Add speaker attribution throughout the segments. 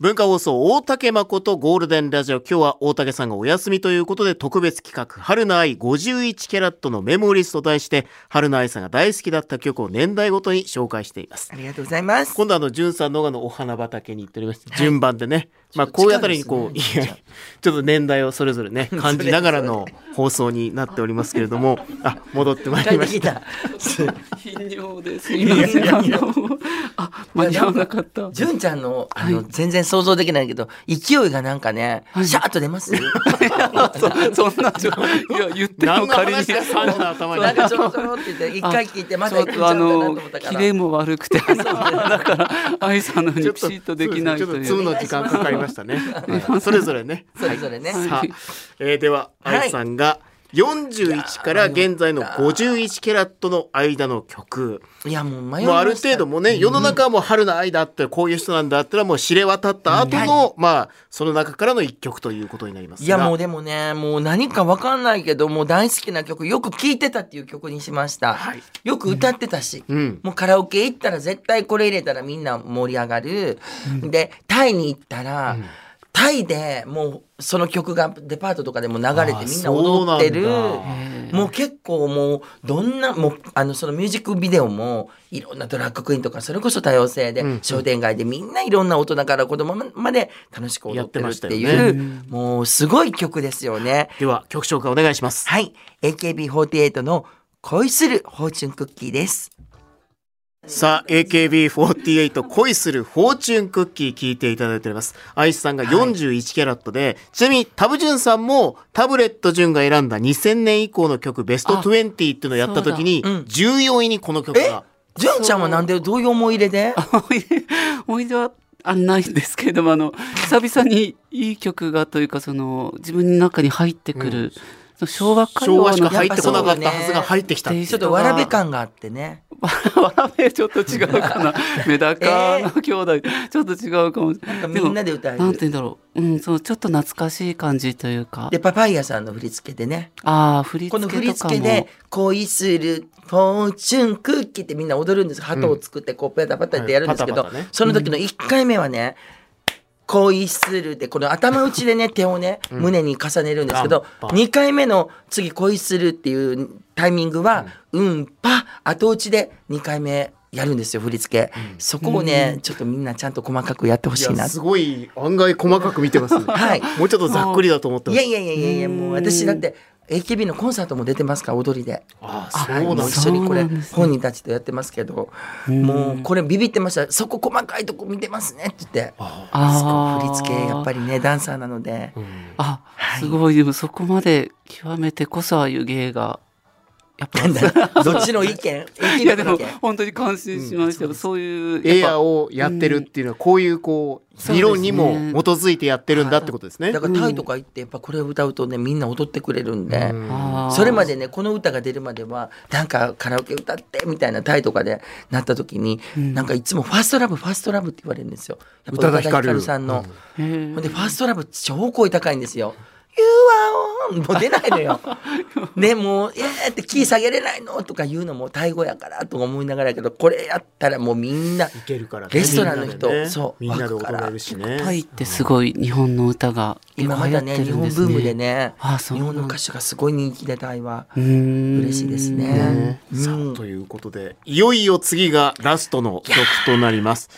Speaker 1: 文化放送大竹誠ゴールデンラジオ今日は大竹さんがお休みということで特別企画春の愛51キャラットのメモリストと題して春の愛さんが大好きだった曲を年代ごとに紹介しています
Speaker 2: ありがとうございます。
Speaker 1: 今度あのんさんの方がのお花畑に行っておりまして、順番でねまあこういうあたりにこう、
Speaker 2: 違うんです
Speaker 1: い
Speaker 2: ね
Speaker 1: やちょっと年代をそれぞれね感じながらの放送になっておりますけれどもあ戻ってまいりました
Speaker 2: た。
Speaker 3: 頻尿ですいませ
Speaker 2: い
Speaker 3: ん
Speaker 2: や
Speaker 3: あ
Speaker 2: いや
Speaker 3: のあ間に合わなかった
Speaker 2: 純ちゃんの、あの、全然想像できないけど、勢いがなんかね、
Speaker 3: はい
Speaker 2: シャーッと出ます。
Speaker 3: そそんなちょいや言って
Speaker 1: 何
Speaker 3: も
Speaker 1: の
Speaker 3: 仮に
Speaker 1: 話だよサンの頭に
Speaker 2: なんかちょろちょろって言って、一回聞いて、まだ
Speaker 3: ち
Speaker 2: 行
Speaker 3: ょっ
Speaker 2: くんち
Speaker 3: と
Speaker 2: ゃ
Speaker 3: あ
Speaker 2: うかなと
Speaker 3: の
Speaker 2: 思ったから。
Speaker 3: キレも悪くてだから愛さんのよう
Speaker 1: ちょ
Speaker 3: に
Speaker 1: っと
Speaker 3: ピシッとできないと
Speaker 1: そう
Speaker 3: い
Speaker 1: ですねちょっと
Speaker 3: う
Speaker 1: 通の時間かかりましたねはいそれぞれね
Speaker 2: それぞれね。
Speaker 1: さあ、えーでは、
Speaker 2: はい
Speaker 1: 愛さんが41から現在の51キャラットの間の曲。
Speaker 2: いや、もう迷いました。
Speaker 1: もうある程度もうね、世の中はもう春の愛だって、こういう人なんだってのはもう知れ渡った後の、まあ、その中からの一曲ということになりますが。
Speaker 2: いやもうでもねもう何かわかんないけどもう大好きな曲よく聴いてたっていう曲にしました、
Speaker 1: はい
Speaker 2: よく歌ってたし、
Speaker 1: うん
Speaker 2: もうカラオケ行ったら絶対これ入れたらみんな盛り上がる、でタイに行ったら、タイでもうその曲がデパートとかでも流れ
Speaker 1: あ
Speaker 2: て
Speaker 1: ー
Speaker 2: みんな踊ってる
Speaker 1: そうなんだ
Speaker 2: もう結構もうどんなもうあのそのミュージックビデオもいろんなドラッグクイーンとかそれこそ多様性で、
Speaker 1: うん
Speaker 2: 商店街でみんないろんな大人から子供まで楽しく踊ってる
Speaker 1: やって
Speaker 2: って
Speaker 1: ました
Speaker 2: い
Speaker 1: よ
Speaker 2: う、もうすごい曲ですよね。
Speaker 1: では、曲紹介お願いします。
Speaker 2: はい AKB48 の恋するフォーチュンクッキーです。
Speaker 1: さあ、AKB48 恋するフォーチュンクッキー聞いていただいております。アイスさんが41キャラットで、ちなみにタブジュンさんもタブレットジュンが選んだ2000年以降の曲ベスト
Speaker 3: あ
Speaker 1: 20っていうのをやった時に、
Speaker 2: そうだうん
Speaker 1: 14位にこの曲
Speaker 2: え
Speaker 1: が。
Speaker 2: 純ちゃんはなんでどういう思い入れで
Speaker 3: 思い出思い出はあないんですけれどもあの久々にいい曲がというかその自分の中に入ってくる、その昭和歌
Speaker 1: 昭和
Speaker 3: 謡
Speaker 1: しか
Speaker 3: の
Speaker 1: 入ってこなかった
Speaker 2: やっぱそうだね
Speaker 1: はずが入ってきたっていう
Speaker 2: ちょっとわらべ感があってね。
Speaker 3: わらべちょっと違うかなメダカの兄弟、ちょっと違うかもしれない
Speaker 2: なんかみんなで歌える
Speaker 3: もなんて言うんだろううんそうちょっと懐かしい感じというか
Speaker 2: でパパイヤさんの振り付けでね。
Speaker 3: ああ振り
Speaker 2: こ
Speaker 3: 付
Speaker 2: の振
Speaker 3: け
Speaker 2: り
Speaker 3: とか
Speaker 2: 付け
Speaker 3: も
Speaker 2: で恋するフォーチュンクッキーってみんな踊るんです鳩を作ってこうペタパタってやるんですけ
Speaker 1: は
Speaker 2: ど
Speaker 1: いパタパタね
Speaker 2: その時の1回目はね恋するってこの頭打ちでね手をね胸に重ねるんですけど
Speaker 1: うん
Speaker 2: 2回目の次恋するっていうタイミングはうんぱ後打ちで2回目やるんですよ振り付けそこをねちょっとみんなちゃんと細かくやってほ
Speaker 1: い
Speaker 2: しいな
Speaker 1: やすごい案外細かく見てますね。
Speaker 2: はい
Speaker 1: もうちょっとざっくりだと思ってま
Speaker 2: い
Speaker 1: し
Speaker 2: や
Speaker 1: た。
Speaker 2: いやいやいやいやもう私だって AKB のコンサートも出てますから踊りで。
Speaker 1: ああ、
Speaker 3: あ
Speaker 1: そうなん
Speaker 2: も
Speaker 1: だ
Speaker 2: う一緒にこれ
Speaker 3: そうなんですね
Speaker 2: 本人たちとやってますけど、もうこれビビってましたそこ細かいとこ見てますねって言って
Speaker 3: あー
Speaker 2: 振り付けやっぱりねダンサーなので、
Speaker 3: あすごいでもそこまで極めてこそああいう芸がやっぱり
Speaker 2: どっちの意見
Speaker 3: いやでも
Speaker 2: 意見
Speaker 3: 本当に感心しましたよ、そういう
Speaker 1: エ
Speaker 3: や
Speaker 1: ア
Speaker 3: っぱ
Speaker 1: をやってるっていうのはこういうこう
Speaker 3: そう
Speaker 1: 理
Speaker 3: ですね
Speaker 1: 論にも基づいてやってるんだってことですね
Speaker 2: だ。からタイとか行ってやっぱこれを歌うとねみんな踊ってくれるんで、
Speaker 3: あー
Speaker 2: それまでねこの歌が出るまではなんかカラオケ歌ってみたいなタイとかでなった時に、なんかいつも「ファーストラブファーストラブ」って言われるんですよやっぱ
Speaker 1: 宇多田ヒカル
Speaker 2: 宇多さんの、
Speaker 3: へー
Speaker 2: ほんでファーストラブ超声高いんです よ。You are on! もう出ないの よ。ね、もう、えーってキー下げれないのとか言うのもタイ語やからとか思いながらやけど、これやったらもうみんな、
Speaker 1: いけるからね
Speaker 2: レストランの
Speaker 1: みんなで
Speaker 2: 人、
Speaker 1: ね
Speaker 2: そう、
Speaker 1: みんなで
Speaker 2: 湧く
Speaker 1: 踊れるしね。
Speaker 3: タイってすごい日本の歌が
Speaker 2: 今まだね、日本ブームでね、
Speaker 3: あそう
Speaker 2: 日本の歌手がすごい人気でタイは。
Speaker 3: 嬉
Speaker 2: 嬉しいですね。
Speaker 1: さあということでいよいよ次がラストの曲となります。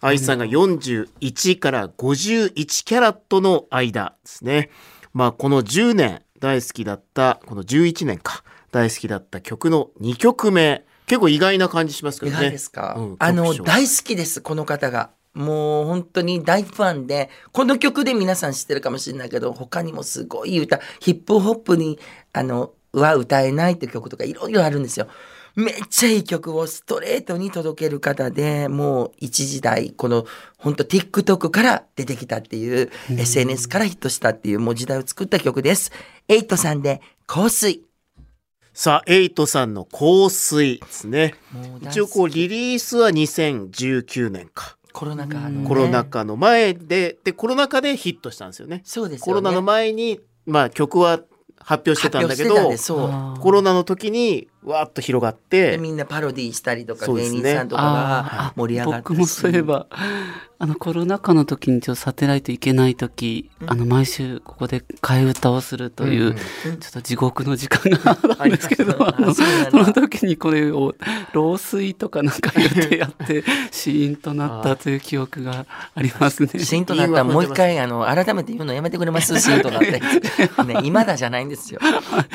Speaker 1: 愛さんが41から51キャラットの間ですね。まあこの10年大好きだったこの11年か大好きだった曲の2曲目結構意外な感じしますけ
Speaker 2: い
Speaker 1: どね。
Speaker 2: かがですか、
Speaker 1: うん
Speaker 2: あの
Speaker 1: 曲調
Speaker 2: 大好きですこの方がもう本当に大ファンでこの曲で皆さん知ってるかもしれないけど他にもすごい歌ヒップホップにあのは歌えないって曲とかいろいろあるんですよ。めっちゃいい曲をストレートに届ける方でもう一時代この本当 TikTok から出てきたっていう SNS からヒットしたっていうもう時代を作った曲です。エイトさんで香水
Speaker 1: さあエイトさんの香水ですね。
Speaker 2: もう
Speaker 1: 一応こうリリースは2019年か。
Speaker 2: コロナ禍のね、
Speaker 1: コロナ禍の前で、で、コロナ禍でヒットしたんですよね。
Speaker 2: そうです
Speaker 1: コ
Speaker 2: よね
Speaker 1: ロナの前に、まあ曲は発表してたんだけど、
Speaker 2: 発表してたんでそう
Speaker 3: あー
Speaker 1: コロナの時にわーっと広がっ
Speaker 2: で
Speaker 1: て
Speaker 2: みんなパロディしたりとか
Speaker 1: そうで
Speaker 2: 芸
Speaker 1: すね
Speaker 2: 人さんとかが
Speaker 3: あー
Speaker 2: 盛り上がって
Speaker 3: 僕もそういえばあのコロナ禍の時にちょっとサテライト行けない時、あの毎週ここで替え歌をするという、ちょっと地獄の時間があるんですけど、
Speaker 2: はい
Speaker 3: あの
Speaker 2: あそうなんだ
Speaker 3: その時にこれを老衰とかなんか言って やってシーンとなったという記憶がありますね。
Speaker 2: シーンとなったらもう一回あの改めて言うのやめてく れますシーンとなって、ね、今だじゃないん ですよあ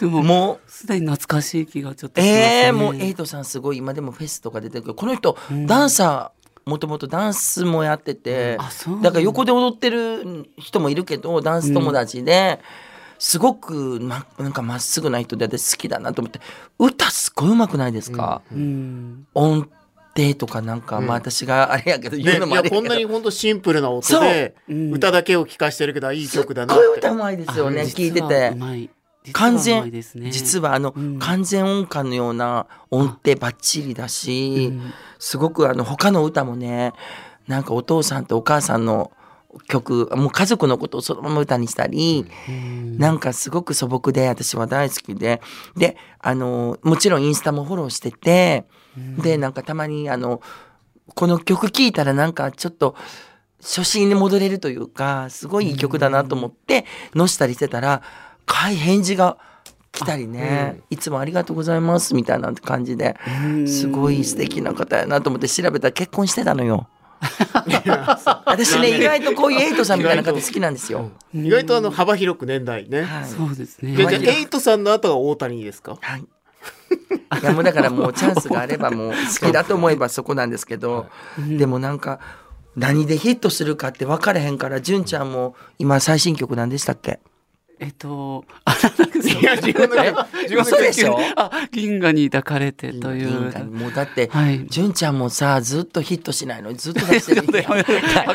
Speaker 3: で
Speaker 2: の
Speaker 3: もも
Speaker 2: もう
Speaker 3: うすでに懐かしい気がちょっとしますね。
Speaker 2: ええもうエイトさんすごい今でもフェスとか出てるけどこの人、ダンサーもともとダンスもやってて
Speaker 3: あそうなんだ
Speaker 2: だから横で踊ってる人もいるけどダンス友達で、すごくまなんかまっすぐな人で私好きだなと思って歌すごいうまくないですか、
Speaker 3: うん
Speaker 2: 音程とかなんか、まあ私があれやけど言
Speaker 1: ね
Speaker 2: うの
Speaker 1: い
Speaker 2: もあ
Speaker 1: や
Speaker 2: れやけど
Speaker 1: こんなに本当シンプルな音で
Speaker 2: そ
Speaker 3: うん
Speaker 1: 歌だけを聴かしてるけどいい曲だな
Speaker 2: す
Speaker 1: っ
Speaker 2: っご
Speaker 1: て
Speaker 2: い歌うまいですよね
Speaker 3: あ
Speaker 2: 聞いて
Speaker 3: 実は
Speaker 2: て
Speaker 3: う。まい実は
Speaker 2: 完
Speaker 3: うまい
Speaker 2: 全
Speaker 3: ですね。
Speaker 2: 実はあの、
Speaker 3: うん
Speaker 2: 完全音感のような音程ばっちりだし、
Speaker 3: うん
Speaker 2: すごくあの他の歌もねなんかお父さんとお母さんの曲もう家族のことをそのまま歌にしたり、
Speaker 3: うん
Speaker 2: なんかすごく素朴で私は大好きでであのもちろんインスタもフォローしてて、でなんかたまにあのこの曲聴いたらなんかちょっと初心に戻れるというかすごいいい曲だなと思ってのしたりしてたら返返事が来たりね、いつもありがとうございますみたいな感じで
Speaker 3: うん
Speaker 2: すごい素敵な方やなと思って調べたら結婚してたの よ。私ね意外とこういうエイトさんみたいな方好きなんですよ。
Speaker 1: 意外とあの幅広く年代ね、
Speaker 2: はい
Speaker 3: そうですね。
Speaker 1: でじゃあエイトさんの後が大谷ですか
Speaker 2: はい。 いやもうだからもうチャンスがあればもう好きだと思えばそこなんですけど、でもなんか何でヒットするかって分からへんから純ちゃんも今最新曲何でしたっけ
Speaker 3: えっと、あなた
Speaker 1: いや自分の自分の
Speaker 2: 嘘でしょ
Speaker 3: あ、銀河に抱かれてとい
Speaker 2: 銀
Speaker 3: う。
Speaker 2: 河にもうだって
Speaker 3: はい
Speaker 2: 純ちゃんもさずっとヒットしないのにずっと出してる
Speaker 3: でもは っ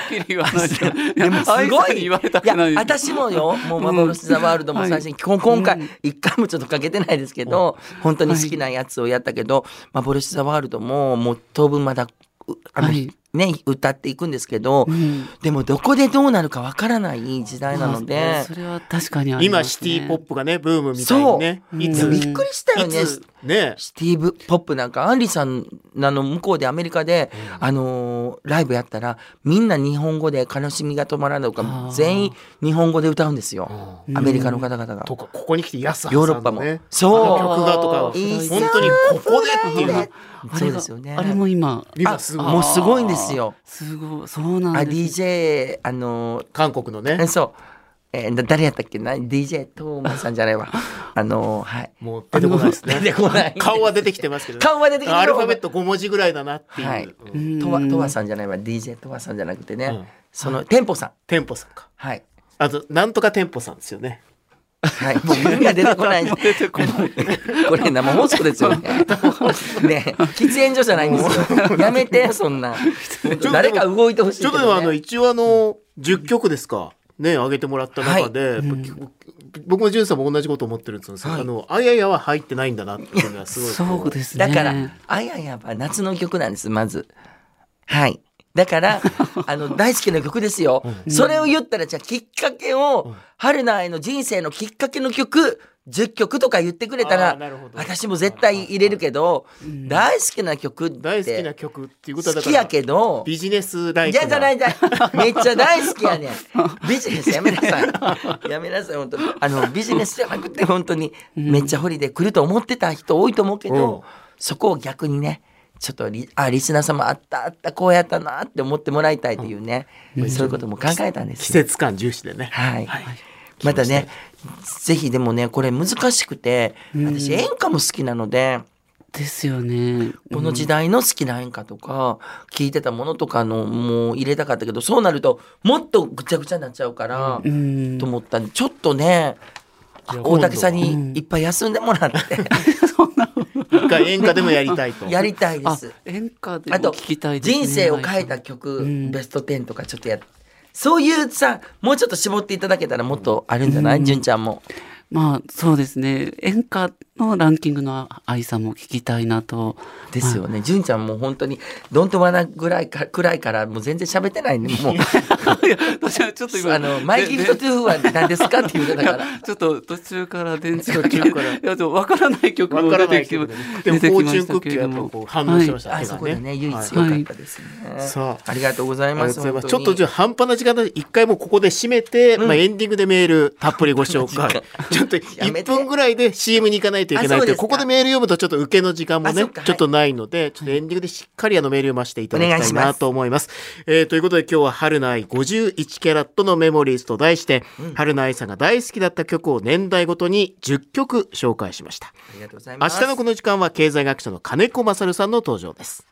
Speaker 3: きり言わないと。
Speaker 2: で もす
Speaker 3: 愛
Speaker 2: ご
Speaker 3: さん
Speaker 2: い
Speaker 3: に言われたくない
Speaker 2: や
Speaker 3: です。
Speaker 2: 私もよもう「幻ザワールドも最新、こ今回
Speaker 3: うん
Speaker 2: 一回もちょっとかけてないですけど、本当に好きなやつをやったけど「幻ザワールドももう当分まだうあの、
Speaker 3: はい
Speaker 2: ね歌っていくんですけど、
Speaker 3: ん
Speaker 2: でもどこでどうなるかわからない時代なの
Speaker 3: まあ
Speaker 2: で
Speaker 3: そ。れは確かにありま
Speaker 1: 今
Speaker 3: す
Speaker 1: シ
Speaker 3: ね
Speaker 1: ティポップがねブームみたいにね
Speaker 3: そう
Speaker 1: い
Speaker 2: いや
Speaker 1: つ
Speaker 2: びっくりしたよ
Speaker 1: い
Speaker 2: ね
Speaker 1: つね
Speaker 2: スティーブ・ポップなんかアンリさんあの向こうでアメリカで、あのーライブやったらみんな日本語で「悲しみが止まらない」と
Speaker 3: あ
Speaker 2: か
Speaker 3: ー
Speaker 2: 全員日本語で歌うんですよ
Speaker 3: うん
Speaker 2: アメリカの方々が。
Speaker 1: とかここに来て安さん
Speaker 2: ヨ
Speaker 1: の
Speaker 2: ー
Speaker 1: ね
Speaker 2: ロッパも
Speaker 1: あの
Speaker 2: そう
Speaker 1: 曲がとか本
Speaker 2: いい
Speaker 1: 当にここでってい
Speaker 2: そうう
Speaker 3: あ
Speaker 2: そ
Speaker 3: れ
Speaker 2: う
Speaker 3: が
Speaker 2: ですよね
Speaker 3: あれも今。
Speaker 1: 今す
Speaker 2: あ
Speaker 1: ご
Speaker 2: も
Speaker 1: いう
Speaker 2: すごいんですよ。
Speaker 3: すごい。そうな
Speaker 2: あ
Speaker 3: んです。
Speaker 2: DJ あの
Speaker 1: 韓国のね
Speaker 2: えそう、えー、だ誰やったっけな DJ トーマさんじゃない わあのはい
Speaker 1: もう出てこないですね
Speaker 2: 出てこない
Speaker 1: 顔は出てきてますけどね
Speaker 2: 顔は出てきてる
Speaker 1: アルファベット5文字ぐらいだなっていう、
Speaker 2: はい
Speaker 1: うん
Speaker 2: トワトワさんじゃないわ DJ トワさんじゃなくてね、
Speaker 1: うん
Speaker 2: その店舗さん
Speaker 1: テンポさんか
Speaker 2: はい
Speaker 1: あとなんとかテンポさんですよね
Speaker 2: はいもうみんな出てこない
Speaker 3: 出てこない
Speaker 2: これ生放送です よねね喫煙所じゃないんですよやめてそんな
Speaker 1: と
Speaker 2: 誰か動いてほしい
Speaker 1: ちょ
Speaker 2: け
Speaker 1: っとでも
Speaker 2: ど、
Speaker 1: あの
Speaker 2: ね、
Speaker 1: 一応あの10曲ですかね上げてもらった中で、やっぱ僕もジュンさんも同じこと思ってるんですけど、
Speaker 2: はい
Speaker 1: あのあややは入ってないんだなっていうのはすごい
Speaker 3: そうですね。
Speaker 2: だから「あやや」は夏の曲なんですまずはいだから あの大好きな曲ですよ、それを言ったらじゃあきっかけを、春菜への人生のきっかけの曲10曲とか言ってくれた
Speaker 1: あ
Speaker 2: ら
Speaker 1: ーなるほど
Speaker 2: 私も絶対入れるけど、大好きな曲って
Speaker 1: 大好きな曲っていうことは
Speaker 2: 好
Speaker 1: だか
Speaker 2: き
Speaker 1: ら
Speaker 2: やけど
Speaker 1: ビジネスライ
Speaker 2: じ
Speaker 1: ク
Speaker 2: ゃあじゃあないじゃあ めっちゃ大好きやねん。 ビジネスやめなさい。やめなさい、本当に。あ の、ビジネスじゃなくて、本当に、めっちゃホリデー来ると思ってた人多いと思うけど、
Speaker 1: うん
Speaker 2: そこを逆にね、ちょっとリ、あ、リスナー様あったあった、こうやったなって思ってもらいたいというね、そういうことも考えたんです
Speaker 1: 季
Speaker 2: よ。
Speaker 1: 節感重視でね、
Speaker 2: はい。またね、ぜひでもね、これ難しくて、私演歌も好きなので、
Speaker 3: ですよね。
Speaker 2: この時代の好きな演歌とか、聞いてたものとかのもう入れたかったけど、そうなるともっとぐちゃぐちゃになっちゃうから、
Speaker 3: うん
Speaker 2: と思ったんで、ちょっとね、
Speaker 1: いや
Speaker 2: 大竹さん
Speaker 3: 今度
Speaker 2: に
Speaker 3: はい
Speaker 2: っぱい休んでもらって、
Speaker 1: 一回演歌でもやりたいと
Speaker 2: やりた いで
Speaker 3: あ
Speaker 2: す。
Speaker 3: 演歌でも
Speaker 2: あと、
Speaker 3: 聞きたいですね。
Speaker 2: 人生を変え
Speaker 3: は
Speaker 2: た
Speaker 3: い。
Speaker 2: 曲、
Speaker 3: ん
Speaker 2: ベスト10とかちょっとやっそういうさ、もうちょっと絞っていただけたらもっとあるんじゃない純、ちゃんも。
Speaker 3: まあそうですね演歌のランキングの愛さんも聞きたいなと。
Speaker 2: ですよね。純ちゃんもう本当に、どんとわなぐらいか、くらいから、もう全然喋ってないね。もう、
Speaker 3: いや私はちょっと今
Speaker 2: あの、マイギフトトゥーは何ですかって言うてたから。
Speaker 3: ちょっと途中から電 池
Speaker 2: 途
Speaker 3: が切
Speaker 2: 中
Speaker 3: れ
Speaker 2: から
Speaker 3: いやでもわからない曲も
Speaker 1: わから
Speaker 3: 出
Speaker 1: な
Speaker 3: て
Speaker 1: い
Speaker 3: きて
Speaker 1: け
Speaker 3: も
Speaker 1: ど、ね、でもフォーチュンクッキーはやっぱこう反応してました、
Speaker 2: あ
Speaker 1: 手
Speaker 2: そ
Speaker 1: が
Speaker 2: こでね、唯一
Speaker 1: はい
Speaker 2: 良かったですね。
Speaker 1: さあ
Speaker 2: ありがとうござい
Speaker 1: ありが
Speaker 2: ま
Speaker 1: と
Speaker 2: す。
Speaker 1: うございます
Speaker 2: 本
Speaker 1: ち
Speaker 2: 当
Speaker 1: ょっ
Speaker 2: に
Speaker 1: とじゃあ半端な時間で一回もうここで締めて、まあ、エンディングでメールたっぷりご紹介ちょっと
Speaker 2: やめ
Speaker 1: 1
Speaker 2: て
Speaker 1: 分ぐらいで CM に行かないといけない
Speaker 2: あそ
Speaker 1: と
Speaker 2: う
Speaker 1: い
Speaker 2: で
Speaker 1: う
Speaker 2: すか
Speaker 1: ここでメール読むとちょっと受けの時間も
Speaker 2: あ
Speaker 1: ね
Speaker 2: そっかはい
Speaker 1: ちょっとないのでちょっとエンディングでしっかりあのメール読ませていただき
Speaker 2: お願
Speaker 1: た
Speaker 2: い
Speaker 1: い
Speaker 2: しま
Speaker 1: な
Speaker 2: す
Speaker 1: と思います。えーということで今日は「春の愛51キャラットのメモリーズ」と題して、春の愛さんが大好きだった曲を年代ごとに10曲紹介しました。
Speaker 2: ありがとうござい
Speaker 1: 明
Speaker 2: ます。
Speaker 1: 日のこの時間は経済学者の金子勝さんの登場です。